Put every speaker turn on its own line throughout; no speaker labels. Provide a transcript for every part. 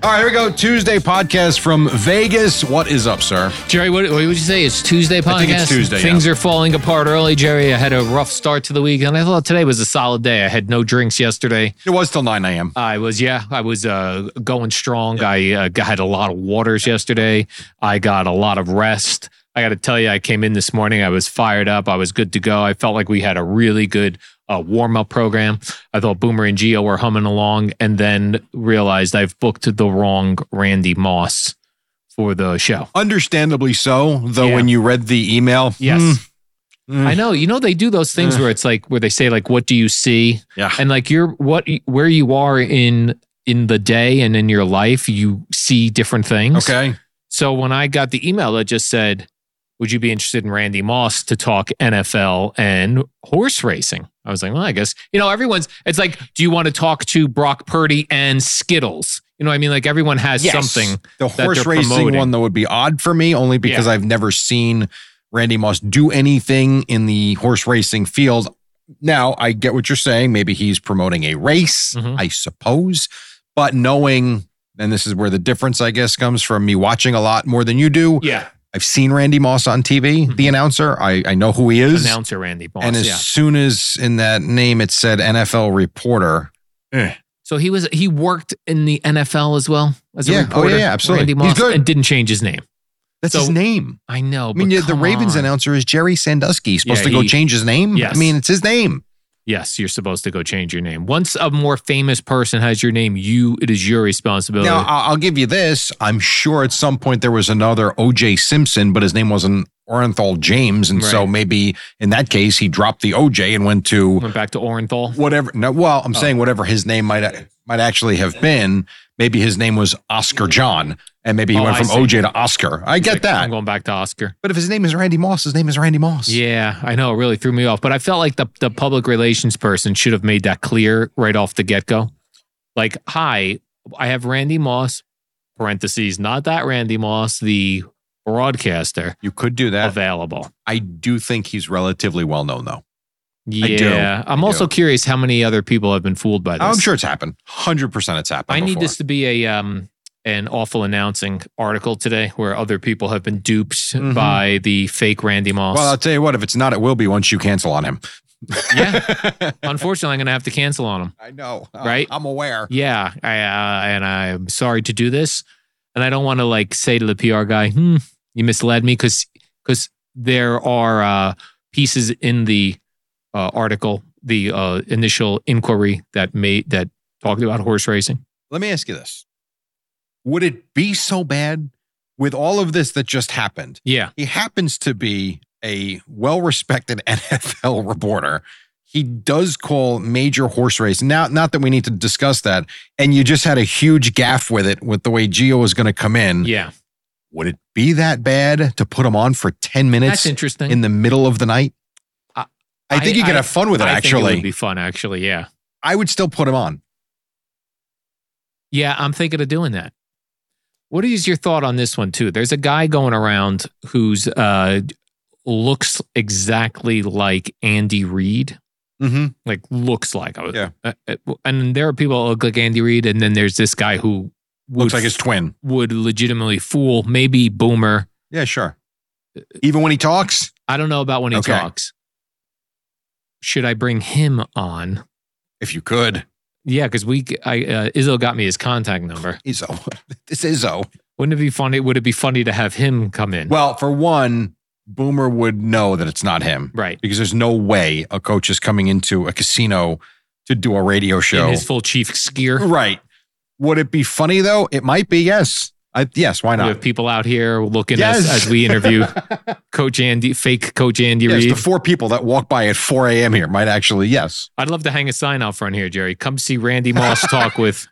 All right, here we go. Tuesday podcast from Vegas. What is up, sir?
Jerry, what, what would you say? It's Tuesday podcast.
I think it's Tuesday,
Things
yeah.
are falling apart early, Jerry. I had a rough start to the week, and I thought today was a solid day. I had no drinks yesterday.
It was till 9 a.m.
I was, yeah, I was uh, going strong. I uh, g- had a lot of waters yesterday. I got a lot of rest. I got to tell you, I came in this morning. I was fired up. I was good to go. I felt like we had a really good uh, warm up program. I thought Boomer and Geo were humming along, and then realized I've booked the wrong Randy Moss for the show.
Understandably so, though,
Yeah.
when you read the email.
Yes.
hmm, Mm.
I know. You know they do those things where it's like where they say like what do you see?
Yeah.
And like you're what where you are in in the day and in your life, you see different things.
Okay.
So when I got the email that just said, "Would you be interested in Randy Moss to talk NFL and horse racing?" I was like, "Well, I guess you know everyone's." It's like, do you want to talk to Brock Purdy and Skittles? You know, what I mean, like everyone has something.
The
they're
horse racing
promoting.
one, though, would be odd for me only because
Yeah.
I've never seen Randy Moss do anything in the horse racing field. Now, I get what you're saying. Maybe he's promoting a race,
Mhm.
I suppose. But knowing, and this is where the difference, I guess, comes from me watching a lot more than you do.
Yeah,
I've seen Randy Moss on TV, the announcer. I, I know who he is.
announcer Randy Mm-hmm. Moss.
and as
yeah.
soon as in that name it said NFL reporter,
So he was he worked in the NFL as well as a
Yeah. Oh,
reporter.
yeah, yeah, absolutely.
Randy
He's
Moss
good.
and didn't change his name.
that's
So-
his name.
I know.
I mean,
but
yeah, the
come
Ravens
on.
announcer is Jerry Sandusky. He's supposed
Yeah,
to go
he-
change his name.
Yes.
I mean, it's his name.
Yes, you're supposed to go change your name. Once a more famous person has your name, you it is your responsibility.
Now, I- I'll give you this. I'm sure at some point there was another O.J. Simpson, but his name wasn't Orenthal James, and so
Right.
maybe in that case he dropped the O.J. and went to
Went back to Orenthal.
whatever. No, well,
Oh.
I'm saying whatever his name might might actually have been. Maybe his name was Oscar John, and maybe he
Oh,
went
I
from
see.
OJ to Oscar. I get
Like, I'm
that.
going back to Oscar.
But if his name is Randy Moss, his name is Randy Moss.
Yeah, I know. It really threw me off. But I felt like the, the public relations person should have made that clear right off the get go. Like, hi, I have Randy Moss, parentheses, not that Randy Moss, the broadcaster,
you could do that.
available.
I do think he's relatively well known, though. do.
Yeah. I'm
I
also
do.
curious how many other people have been fooled by this.
I'm sure it's happened. Hundred percent, it's happened.
I need
before.
this to be a um an awful announcing article today where other people have been duped
Mhm.
by the fake Randy Moss.
Well, I'll tell you what. If it's not, it will be once you cancel on him.
yeah. Unfortunately, I'm going to have to cancel on him.
I know. Uh,
Right?
I'm aware.
Yeah, I, uh, and I'm sorry to do this, and I don't want to like say to the PR guy, "Hmm, you misled me," because there are uh, pieces in the uh, article, the uh, initial inquiry that made that talked about horse racing.
Let me ask you this: Would it be so bad with all of this that just happened?
Yeah,
He happens to be a well respected NFL reporter. He does call major horse race. Now, not that we need to discuss that. And you just had a huge gaff with it with the way Gio is going to come in.
yeah,
Would it be that bad to put him on for 10
that's
minutes
interesting.
in the middle of the night?
I-
I think you
I-
could have fun with it,
I think
actually.
it would be fun. Actually, yeah,
I would still put him on.
yeah. I'm thinking of doing that. What is your thought on this one too? There's a guy going around who's uh, looks exactly like Andy Reid.
Mm-hmm.
like looks like. I was,
Yeah.
uh, uh, and there are people that look like Andy Reid, and then there's this guy who would,
Looks like his twin.
would legitimately fool maybe Boomer. Uh,
Yeah, sure. Even when he talks,
I don't know about when he
Okay.
talks. Should I bring him on?
If you could,
Yeah, because we I uh, Izzo got me his contact number.
Izzo. This Izzo.
Wouldn't it be funny? Would it be funny to have him come in?
Well, for one, Boomer would know that it's not him
right.
because there's no way a coach is coming into a casino to do a radio
In
show.
his full chief's gear.
Right. Would it be funny though? It might be. Yes. I, yes. Why
We have
not?
people out here looking
Yes.
as, as we interview Coach Andy, fake Coach Andy
Yes,
Reid.
the four people that walk by at 4 a.m. here might actually, yes.
I'd love to hang a sign out front here, Jerry. Come see Randy Moss talk with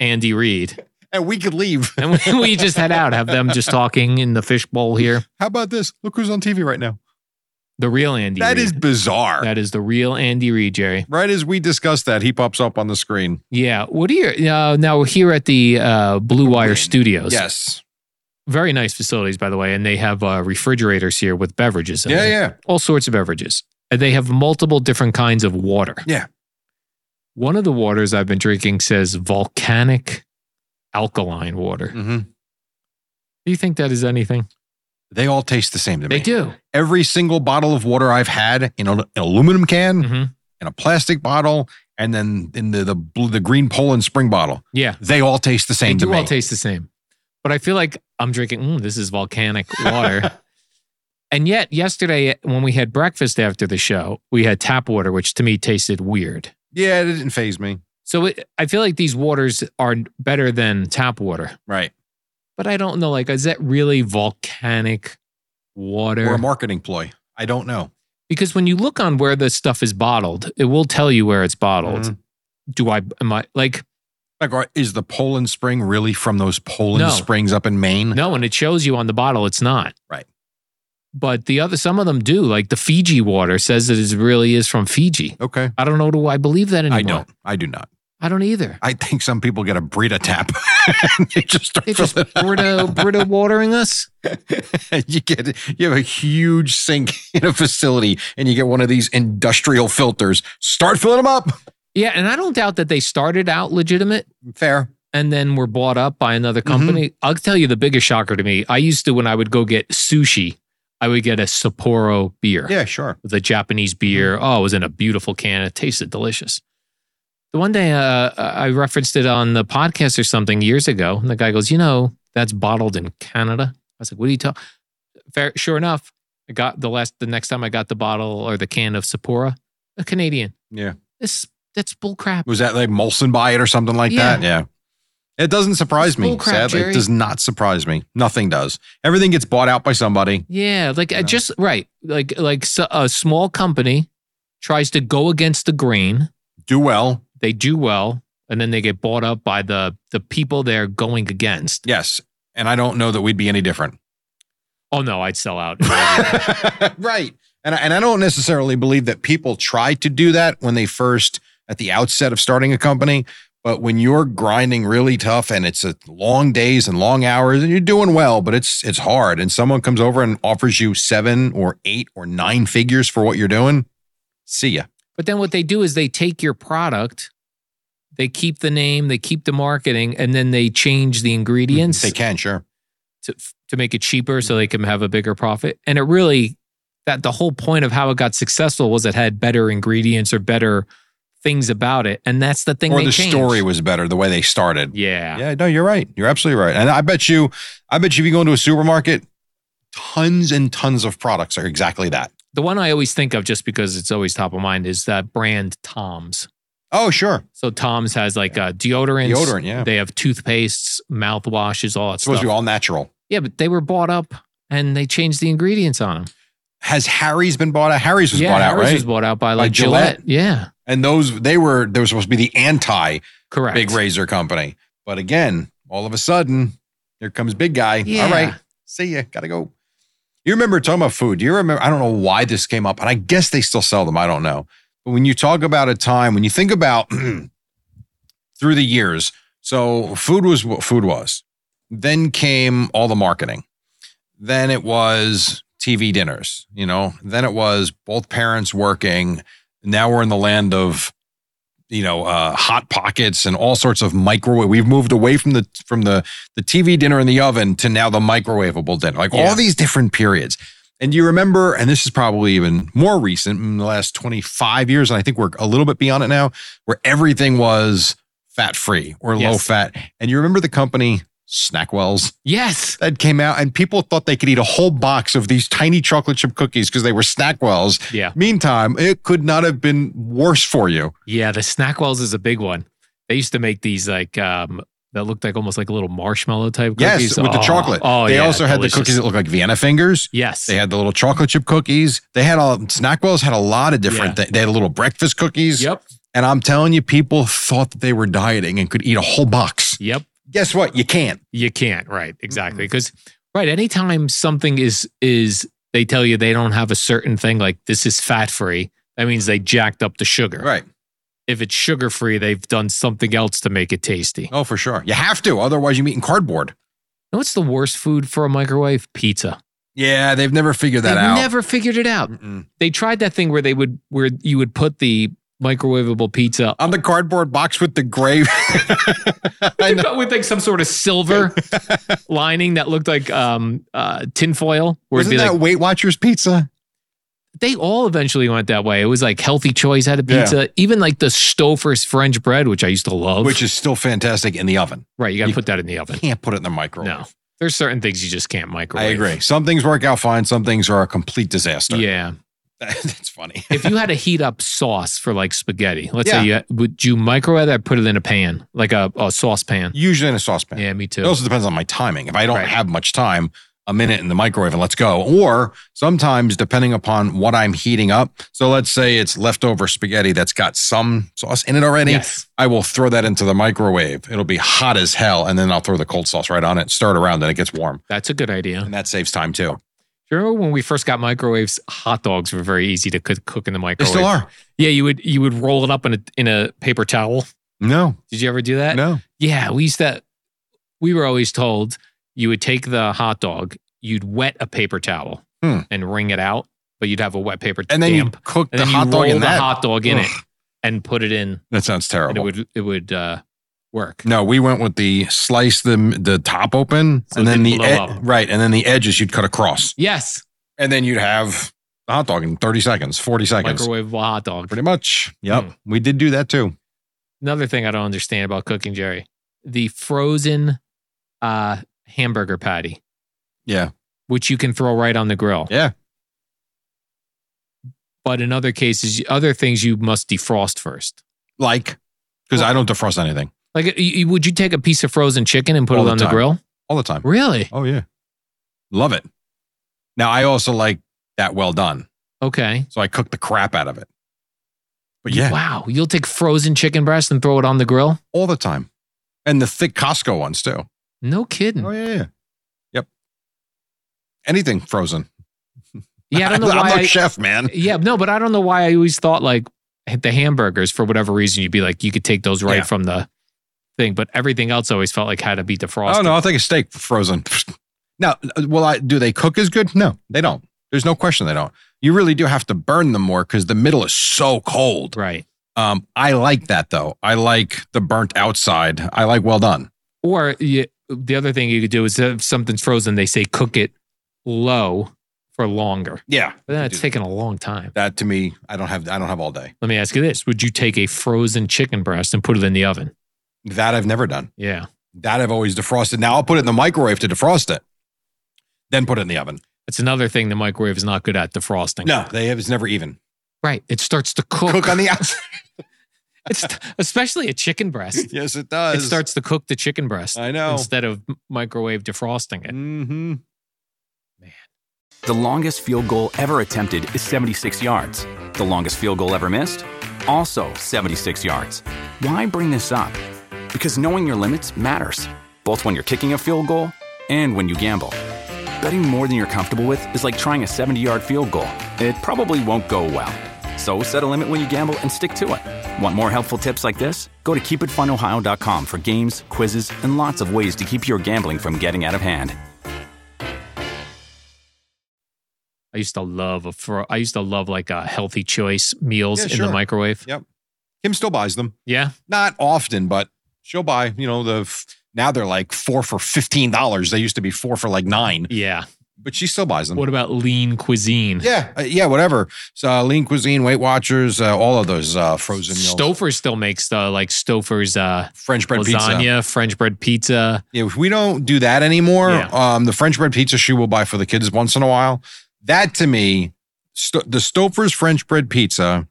Andy Reid.
And we could leave.
And we, we just head out, have them just talking in the fishbowl here.
How about this? Look who's on TV right now.
The real Andy
That is
Reid.
bizarre.
that is the real Andy Reid, Jerry.
right as we discuss that, he pops up on the screen.
Yeah. What are your uh, now we're here at the uh, Blue Wire Studios?
Yes.
Very nice facilities, by the way, and they have uh, refrigerators here with beverages. In
Yeah,
them.
yeah.
All sorts of beverages. And they have multiple different kinds of water.
Yeah.
One of the waters I've been drinking says volcanic alkaline water.
hmm
Do you think that is anything?
They all taste the same to
They
me.
do.
Every single bottle of water I've had in a- an aluminum can,
hmm
in a plastic bottle, and then in the the, blue, the green Poland spring bottle,
Yeah.
they all taste the same
they
to
do
me.
all taste the same. But I feel like I'm drinking, mm, this is volcanic water. and yet, yesterday, when we had breakfast after the show, we had tap water, which to me tasted weird.
yeah, it didn't phase me.
So it, I feel like these waters are better than tap water.
Right.
But I don't know, like, is that really volcanic water?
Or a marketing ploy. I don't know.
because when you look on where the stuff is bottled, it will tell you where it's bottled.
Mhm.
Do I, am I, like,
Like, are- is the Poland Spring really from those Poland
No.
Springs up in Maine?
No, and it shows you on the bottle it's not.
Right.
But the other, some of them do. Like the Fiji water says that it really is from Fiji.
Okay.
I don't know. Do I believe that anymore?
I don't. I do not.
I don't either.
I think some people get a Brita tap. and they just start
They just
filling it up.
Brita, Brita watering us.
you get you have a huge sink in a facility, and you get one of these industrial filters. Start filling them up.
Yeah, and I don't doubt that they started out legitimate
Fair.
and then were bought up by another
Mm-hmm.
company. I'll tell you the biggest shocker to me. I used to when I would go get sushi, I would get a Sapporo beer.
Yeah, Mm-hmm. sure.
the Japanese beer. Oh, it was in a beautiful can. It tasted delicious. The one day uh, I referenced it on the podcast or something years ago, and the guy goes, "You know, that's bottled in Canada." I was like, "What are you talking?" Fair, sure enough, I got the last the next time I got the bottle or the can of Sapporo, a Canadian.
Yeah.
this that's bull crap.
Was that like Molson buy it or something like
Yeah.
that? Yeah. It doesn't surprise
It's
me.
bull crap,
sadly,
Jerry.
it does not surprise me. Nothing does. Everything gets bought out by somebody.
Yeah, like I
Yeah.
just right, like like so, a small company tries to go against the grain.
Do well.
They do well, and then they get bought up by the the people they're going against.
Yes. And I don't know that we'd be any different.
Oh no, I'd sell out.
right. And I, and I don't necessarily believe that people try to do that when they first at the outset of starting a company, but when you're grinding really tough and it's a long days and long hours and you're doing well, but it's it's hard and someone comes over and offers you 7 or 8 or 9 figures for what you're doing, see ya.
but then what they do is they take your product, they keep the name, they keep the marketing, and then they change the ingredients
They can, sure. Mm-hmm.
to to make it cheaper so they can have a bigger profit. And it really that the whole point of how it got successful was it had better ingredients or better things about it, and that's the thing.
Or
they
the
changed.
story was better the way they started.
Yeah.
Yeah, no, you're right. You're absolutely right. And I bet you, I bet you, if you go into a supermarket, tons and tons of products are exactly that.
the one I always think of just because it's always top of mind is that brand Tom's.
Oh, sure.
So Tom's has like uh, deodorants,
Deodorant, yeah.
They have toothpastes, mouthwashes, all that
It's supposed
stuff.
to be all natural.
Yeah, but they were bought up and they changed the ingredients on them.
Has Harry's been bought out? Harry's was
yeah,
bought out,
Harry's
right?
was bought out by like Gillette.
Gillette?
Yeah,
and those they were they were supposed to be the anti
correct.
big razor company. But again, all of a sudden, here comes big guy.
Yeah.
All right, see ya. Gotta go. You remember talking about food? Do you remember? I don't know why this came up, and I guess they still sell them. I don't know. But when you talk about a time, when you think about through the years, so food was what food was. Then came all the marketing. Then it was TV dinners, you know. Then it was both parents working. Now we're in the land of, you know, uh, hot pockets and all sorts of microwave. We've moved away from the from the the TV dinner in the oven to now the microwavable dinner. Like
Yeah.
all these different periods. And you remember, and this is probably even more recent in the last 25 years, and I think we're a little bit beyond it now, where everything was fat free or low
Yes.
fat. And you remember the company Snackwells
Yes.
that came out, and people thought they could eat a whole box of these tiny chocolate chip cookies because they were Snackwells.
Yeah.
Meantime, it could not have been worse for you.
Yeah. The Snackwells is a big one. They used to make these like, um, that looked like almost like little marshmallow type cookies.
Yes, with the
Oh,
chocolate.
Oh,
they
yeah,
also had
delicious.
the cookies that look like Vienna fingers.
Yes.
They had the little chocolate chip cookies. They had all Snackwells had a lot of different. They had little breakfast cookies.
Yep.
And I'm telling you, people thought that they were dieting and could eat a whole box.
Yep.
Guess what? You can't.
You can't. Right. Exactly. Because right, anytime something is is they tell you they don't have a certain thing like this is fat free, that means they jacked up the sugar.
Right.
If it's sugar free, they've done something else to make it tasty.
Oh, for sure. You have to. Otherwise, you're eating cardboard.
You know what's the worst food for a microwave? Pizza.
Yeah, they've never figured that
They've
out.
never figured it out.
Mm-mm.
They tried that thing where they would where you would put the microwavable pizza
On the cardboard box with the gray. I know.
with like some sort of silver lining that looked like um uh tinfoil where it'd
Wasn't
be
that
like
Weight Watchers pizza?
they all eventually went that way. It was like healthy choice had a
Yeah.
pizza, even like the Stouffer's French bread, which I used to love.
Which is still fantastic in the oven.
right, you got to
you-
put that in the oven.
Can't put it in the microwave.
No, there's certain things you just can't
I
microwave.
agree. Some things work out fine. Some things are a complete disaster.
Yeah,
That's funny.
if you had to heat up sauce for like spaghetti, let's
Yeah.
say you would you microwave that, put it in a pan, like a, a saucepan.
Usually in a saucepan.
Yeah, me too.
It also depends on my timing. If I don't
Right.
have much time, a minute in the microwave and let's go. Or sometimes, depending upon what I'm heating up. So let's say it's leftover spaghetti that's got some sauce in it already.
Yes.
I will throw that into the microwave. It'll be hot as hell. And then I'll throw the cold sauce right on it, stir it around, and it gets warm.
That's a good idea.
And that saves time too.
Do you remember when we first got microwaves? Hot dogs were very easy to cook, cook in the
They
microwave.
still are.
Yeah, you would you would roll it up in a in a paper towel.
No,
Did you ever do that?
no.
Yeah, we used to. We were always told you would take the hot dog, you'd wet a paper towel
Hmm.
and wring it out, but you'd have a wet paper
And then
damp,
you cook
and
the
then
hot
you
dog
roll
in
the
that.
hot dog in
Ugh.
it and put it in,
that sounds
and it
terrible.
would it would uh, work.
No, we went with the slice the the top open
So
and
it
then the
didn't blow
ed-
up.
right, and then the edges you'd cut across.
Yes,
and then you'd have the hot dog in 30 seconds, 40 seconds.
microwavable hot dog.
Pretty much. Yep.
Hmm.
We did do that too.
Another thing I don't understand about cooking, Jerry, the frozen uh, hamburger patty,
Yeah.
which you can throw right on the grill.
Yeah.
But in other cases, other things you must defrost first.
Like, because I don't defrost anything
Like, y- y- would you take a piece of frozen chicken and put
All
it
the
on the
time.
grill?
all the time.
Really?
Oh, yeah. Love it. Now, I also like that well done.
Okay.
So I cook the crap out of it. But yeah,
Wow. You'll take frozen chicken breast and throw it on the grill?
all the time. And the thick Costco ones too.
No kidding.
Oh, yeah. yeah. Yep. Anything frozen.
Yeah, I don't know
I'm
why.
no
I-
chef, man.
yeah, no, but I don't know why I always thought like the hamburgers for whatever reason you'd be like you could take those right
Yeah.
from the thing, but everything else always felt like had to be defrosted.
Oh no, I'll take a steak frozen. Now, uh, will I? Do they cook as good? No, they don't. There's no question they don't. You really do have to burn them more because the middle is so cold.
Right.
Um, I like that though. I like the burnt outside. I like well done.
Or you, the other thing you could do is if something's frozen, they say cook it low for longer.
Yeah,
But then it's taking a long time.
that to me. I don't have. I don't have all day.
Let me ask you this: Would you take a frozen chicken breast and put it in the oven?
That I've never done.
Yeah,
That I've always defrosted. Now I'll put it in the microwave to defrost it, then put it in the oven.
that's another thing the microwave is not good at defrosting.
No, they have. It's never even
right? It starts to cook.
cook on the outside.
It's especially a chicken breast.
yes, it
It
does.
starts to cook the chicken breast
I know.
instead of m- microwave defrosting it.
Mm-hmm.
The longest field goal ever attempted is 76 yards. The longest field goal ever missed? Also 76 yards. Why bring this up? Because knowing your limits matters, both when you're kicking a field goal and when you gamble. Betting more than you're comfortable with is like trying a 70 yard field goal, it probably won't go well. So set a limit when you gamble and stick to it. Want more helpful tips like this? Go to keepitfunohio.com for games, quizzes, and lots of ways to keep your gambling from getting out of hand.
I used to love a fro- I used to love like a healthy choice meals
Yeah,
in
sure.
the microwave.
Yep. Kim still buys them.
Yeah,
not often, but she'll buy, you know, the now they're like four for fifteen dollars. They used to be four for like nine.
yeah.
but she still buys them.
What about lean cuisine?
Mm. Yeah, uh, yeah, whatever. So uh, Lean Cuisine, Weight Watchers, uh, all of those uh, frozen meals.
Stouffer still makes the like Stouffer's uh,
French bread
lasagna,
pizza.
French bread pizza.
Yeah, if we don't do that anymore,
Yeah.
um, the French bread pizza she will buy for the kids once in a while. That to me, Sto- the Stouffer's French bread pizza,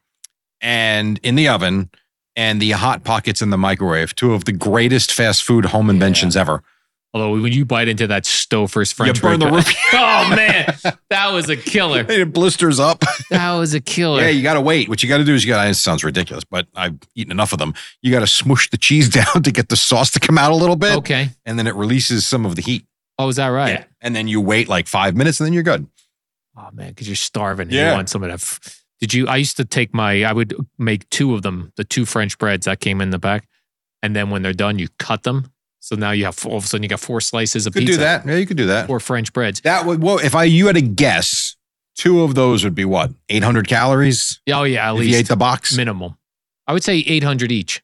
and in the oven, and the hot pockets in the microwave, two of the greatest fast food home inventions ever.
Although when you bite into that Stouffer's French
burn
bread,
the
pi- oh man, that was a killer.
It blisters up.
That was a killer.
Yeah, you got to wait. What you got to do is you got. It sounds ridiculous, but I've eaten enough of them. You got to smoosh the cheese down to get the sauce to come out a little bit,
okay.
and then it releases some of the heat.
Oh, is that right?
Yeah. And then you wait like five minutes, and then you're good.
Oh man, because you're starving. and
Yeah.
You want some of that. f- Did you? I used to take my. I would make two of them, the two French breads that came in the back, and then when they're done, you cut them. So now you have all of a sudden you got four slices of
Could
pizza,
do that. Yeah, you could do that.
four French breads.
That would. Well, if I you had a guess, two of those would be what eight hundred calories.
Yeah, Oh yeah, at
if you ate
least
the box,
minimum. I would say eight hundred each.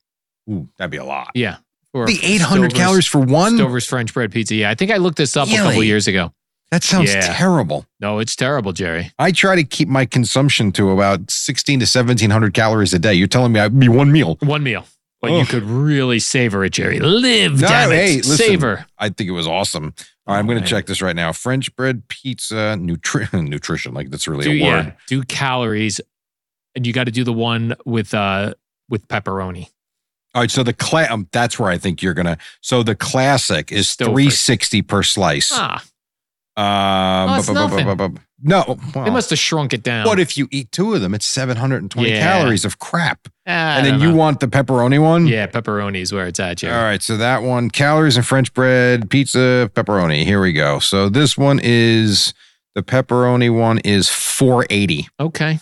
Ooh, that'd be a lot.
Yeah, for
The eight hundred
Stover's-
calories for one.
Stover's French bread pizza. Yeah, I think I looked this up a couple
Really?
years ago.
That sounds
Yeah.
terrible.
No, it's terrible, Jerry.
I try to keep my consumption to about sixteen to seventeen hundred calories a day. You're telling me I'd be one meal.
One meal, but you
Ugh.
could really savor it, Jerry. Live,
No,
damn it,
hey, listen.
savor.
I think it was awesome. All right, I'm going
man.
to check this right now. French bread pizza nutri- nutrition. Like that's really
do,
a word.
yeah, do calories, and you got to do the one with uh with pepperoni.
All right, so the class um, that's where I think you're gonna. So the classic is
Stouffer's.
three sixty per slice.
Ah,
Um,
that's
bu- bu- bu- bu- bu- bu- no,
Oh, they
well,
must have shrunk it down.
What if you eat two of them? It's seven hundred and twenty
Yeah.
calories of crap,
Ah, I
and then
don't
you
know.
want the pepperoni one.
yeah, pepperoni is where it's at, Jerry.
All right, so that one calories and French bread, pizza, pepperoni. Here we go. So this one is the pepperoni one is four eighty
Okay,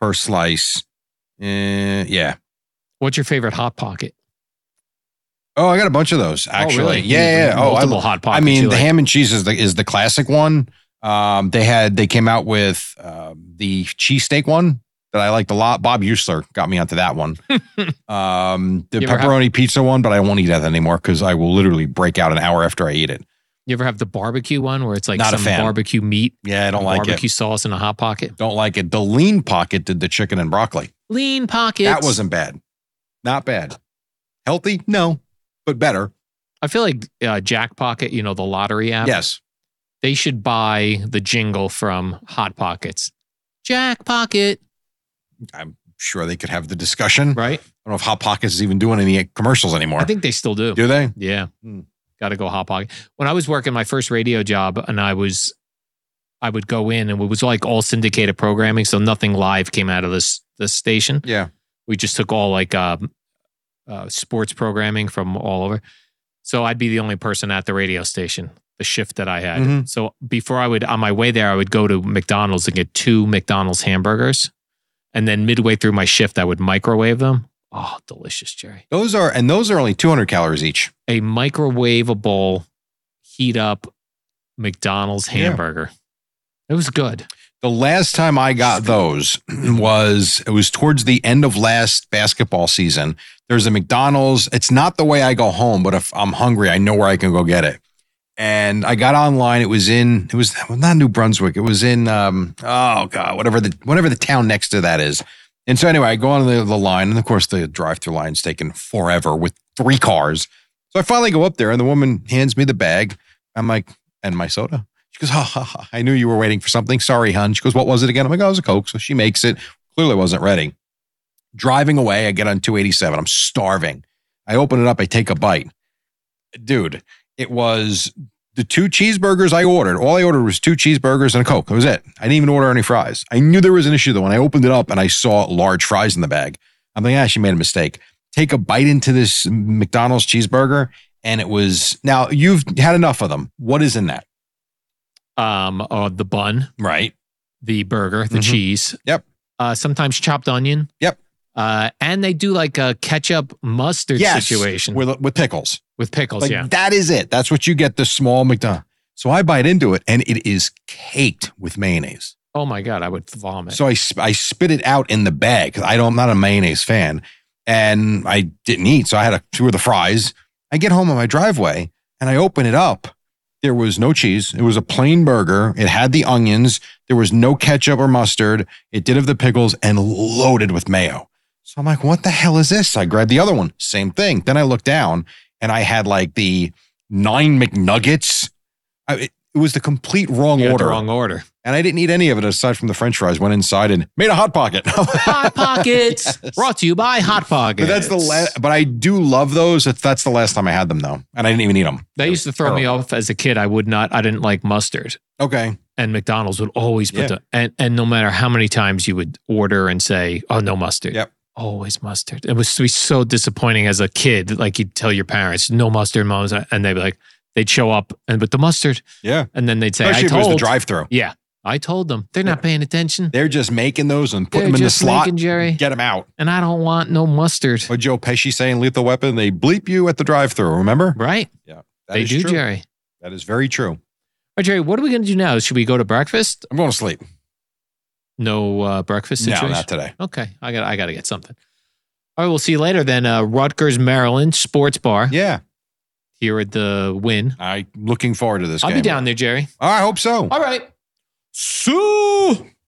per slice. Uh, yeah.
what's your favorite hot pocket?
Oh, I got a bunch of those actually.
oh, really?
Yeah, yeah. yeah. Oh, I
multiple hot pockets.
I mean,
you
the
like.
ham and cheese is the is the classic one. Um, they had they came out with um, the cheesesteak one that I liked a lot. Bob Usler got me onto that one. um, the
You ever have-
pepperoni pizza one, but I won't eat that anymore because I will literally break out an hour after I eat it.
you ever have the barbecue one where it's like
Not a
some
fan.
barbecue meat,
Yeah, I don't like
barbecue
it.
sauce in a hot pocket?
Don't like it. The lean pocket did the chicken and broccoli.
Lean pockets.
that wasn't bad. Not bad. Healthy? No, but better.
I feel like uh, Jack Pocket, you know, the lottery app.
Yes.
they should buy the jingle from Hot Pockets. Jack Pocket,
I'm sure they could have the discussion. I
right?
don't know if Hot Pockets is even doing any commercials anymore.
I think they still do.
Do they?
Yeah.
Hmm.
Got to go hot pocket. When I was working my first radio job and I was I would go in and it was like all syndicated programming, so nothing live came out of this this station.
Yeah.
We just took all like um, uh, sports programming from all over. So I'd be the only person at the radio station, the shift that I had.
Mhm.
So before I would, on my way there, I would go to McDonald's and get two McDonald's hamburgers. And then midway through my shift, I would microwave them. Oh, delicious, Jerry.
Those are and those are only 200 calories each.
a microwavable heat up McDonald's
Yeah.
hamburger. It was good.
The last time I got those was it was towards the end of last basketball season. There's a McDonald's. It's not the way I go home, but if I'm hungry, I know where I can go get it. And I got online. It was in it was well, not New Brunswick. It was in um oh god whatever the whatever the town next to that is. And so anyway, I go on the, the line, and of course the drive-through line's taken forever with three cars. So I finally go up there, and the woman hands me the bag. I'm like, and my soda. She goes, ha, ha, ha. I knew you were waiting for something. Sorry, hun. She goes, what was it again? I'm like, oh, it was a Coke. So she makes it. Clearly wasn't ready. Driving away, I get on 287. I'm starving. I open it up. I take a bite. Dude, it was the two cheeseburgers I ordered. All I ordered was two cheeseburgers and a Coke. That was it. I didn't even order any fries. I knew there was an issue though. When I opened it up and I saw large fries in the bag, I'm like, ah, she made a mistake. Take a bite into this McDonald's cheeseburger. And it was now you've had enough of them. What is in that?
Um, uh, the bun,
Right.
the burger, the
Mhm.
cheese.
Yep.
Uh, sometimes chopped onion.
Yep.
Uh, and they do like a ketchup mustard
Yes,
situation with,
with with pickles.
pickles.
Like
yeah.
that is it. That's what you get. The small McDonald's. So I bite into it, and it is caked with mayonnaise.
Oh my god, I would vomit.
So I sp- I spit it out in the bag 'cause I don't. I'm not a mayonnaise fan, and I didn't eat. So I had a, two of the fries. I get home on my driveway, and I open it up, There was no cheese. It was a plain burger. It had the onions. There was no ketchup or mustard. It did have the pickles and loaded with mayo. So I'm like, what the hell is this? I grabbed the other one. Same thing. Then I looked down and I had like the nine McNuggets. I, it, it was the complete wrong
You got the
order.
wrong order.
and I didn't eat any of it aside from the french fries. Went inside and made a hot pocket.
Hot Pockets,
Yes.
brought to you by Hot Pockets.
But that's the last. But I do love those. That's- That's the last time I had them though, and I didn't even eat them.
That used to throw me
Oh.
off as a kid. I would not. I didn't like mustard.
Okay,
and McDonald's would always put
Yeah.
the and and no matter how many times you would order and say, "Oh, no mustard."
Yep.
Always mustard. It was, it was so disappointing as a kid. Like you'd tell your parents, "No mustard, mom's," and they'd be like, they'd show up and with the mustard,
yeah.
and then they'd say, "I
Especially if it was
told."
the drive-through.
yeah, I told them. They're not paying attention.
They're just making those and putting
They're
them in the
just
slot.
making Jerry.
Get them out.
And I don't want no mustard,
What Joe Pesci say in Lethal Weapon? They bleep you at the drive-through. Remember?
right?
That
they
is
do,
true.
Jerry. All
That is very true.
right, Jerry. What are we going to do now? Should we go to breakfast?
I'm going to sleep.
No uh, breakfast situation.
No, not today.
Okay, I got I got to get something. All right, we'll see you later then. Uh, Rutgers, Maryland Sports Bar
Yeah,
here at the Win.
I'm looking forward to this.
I'll
game.
be down there, Jerry.
I hope so.
All right.
So.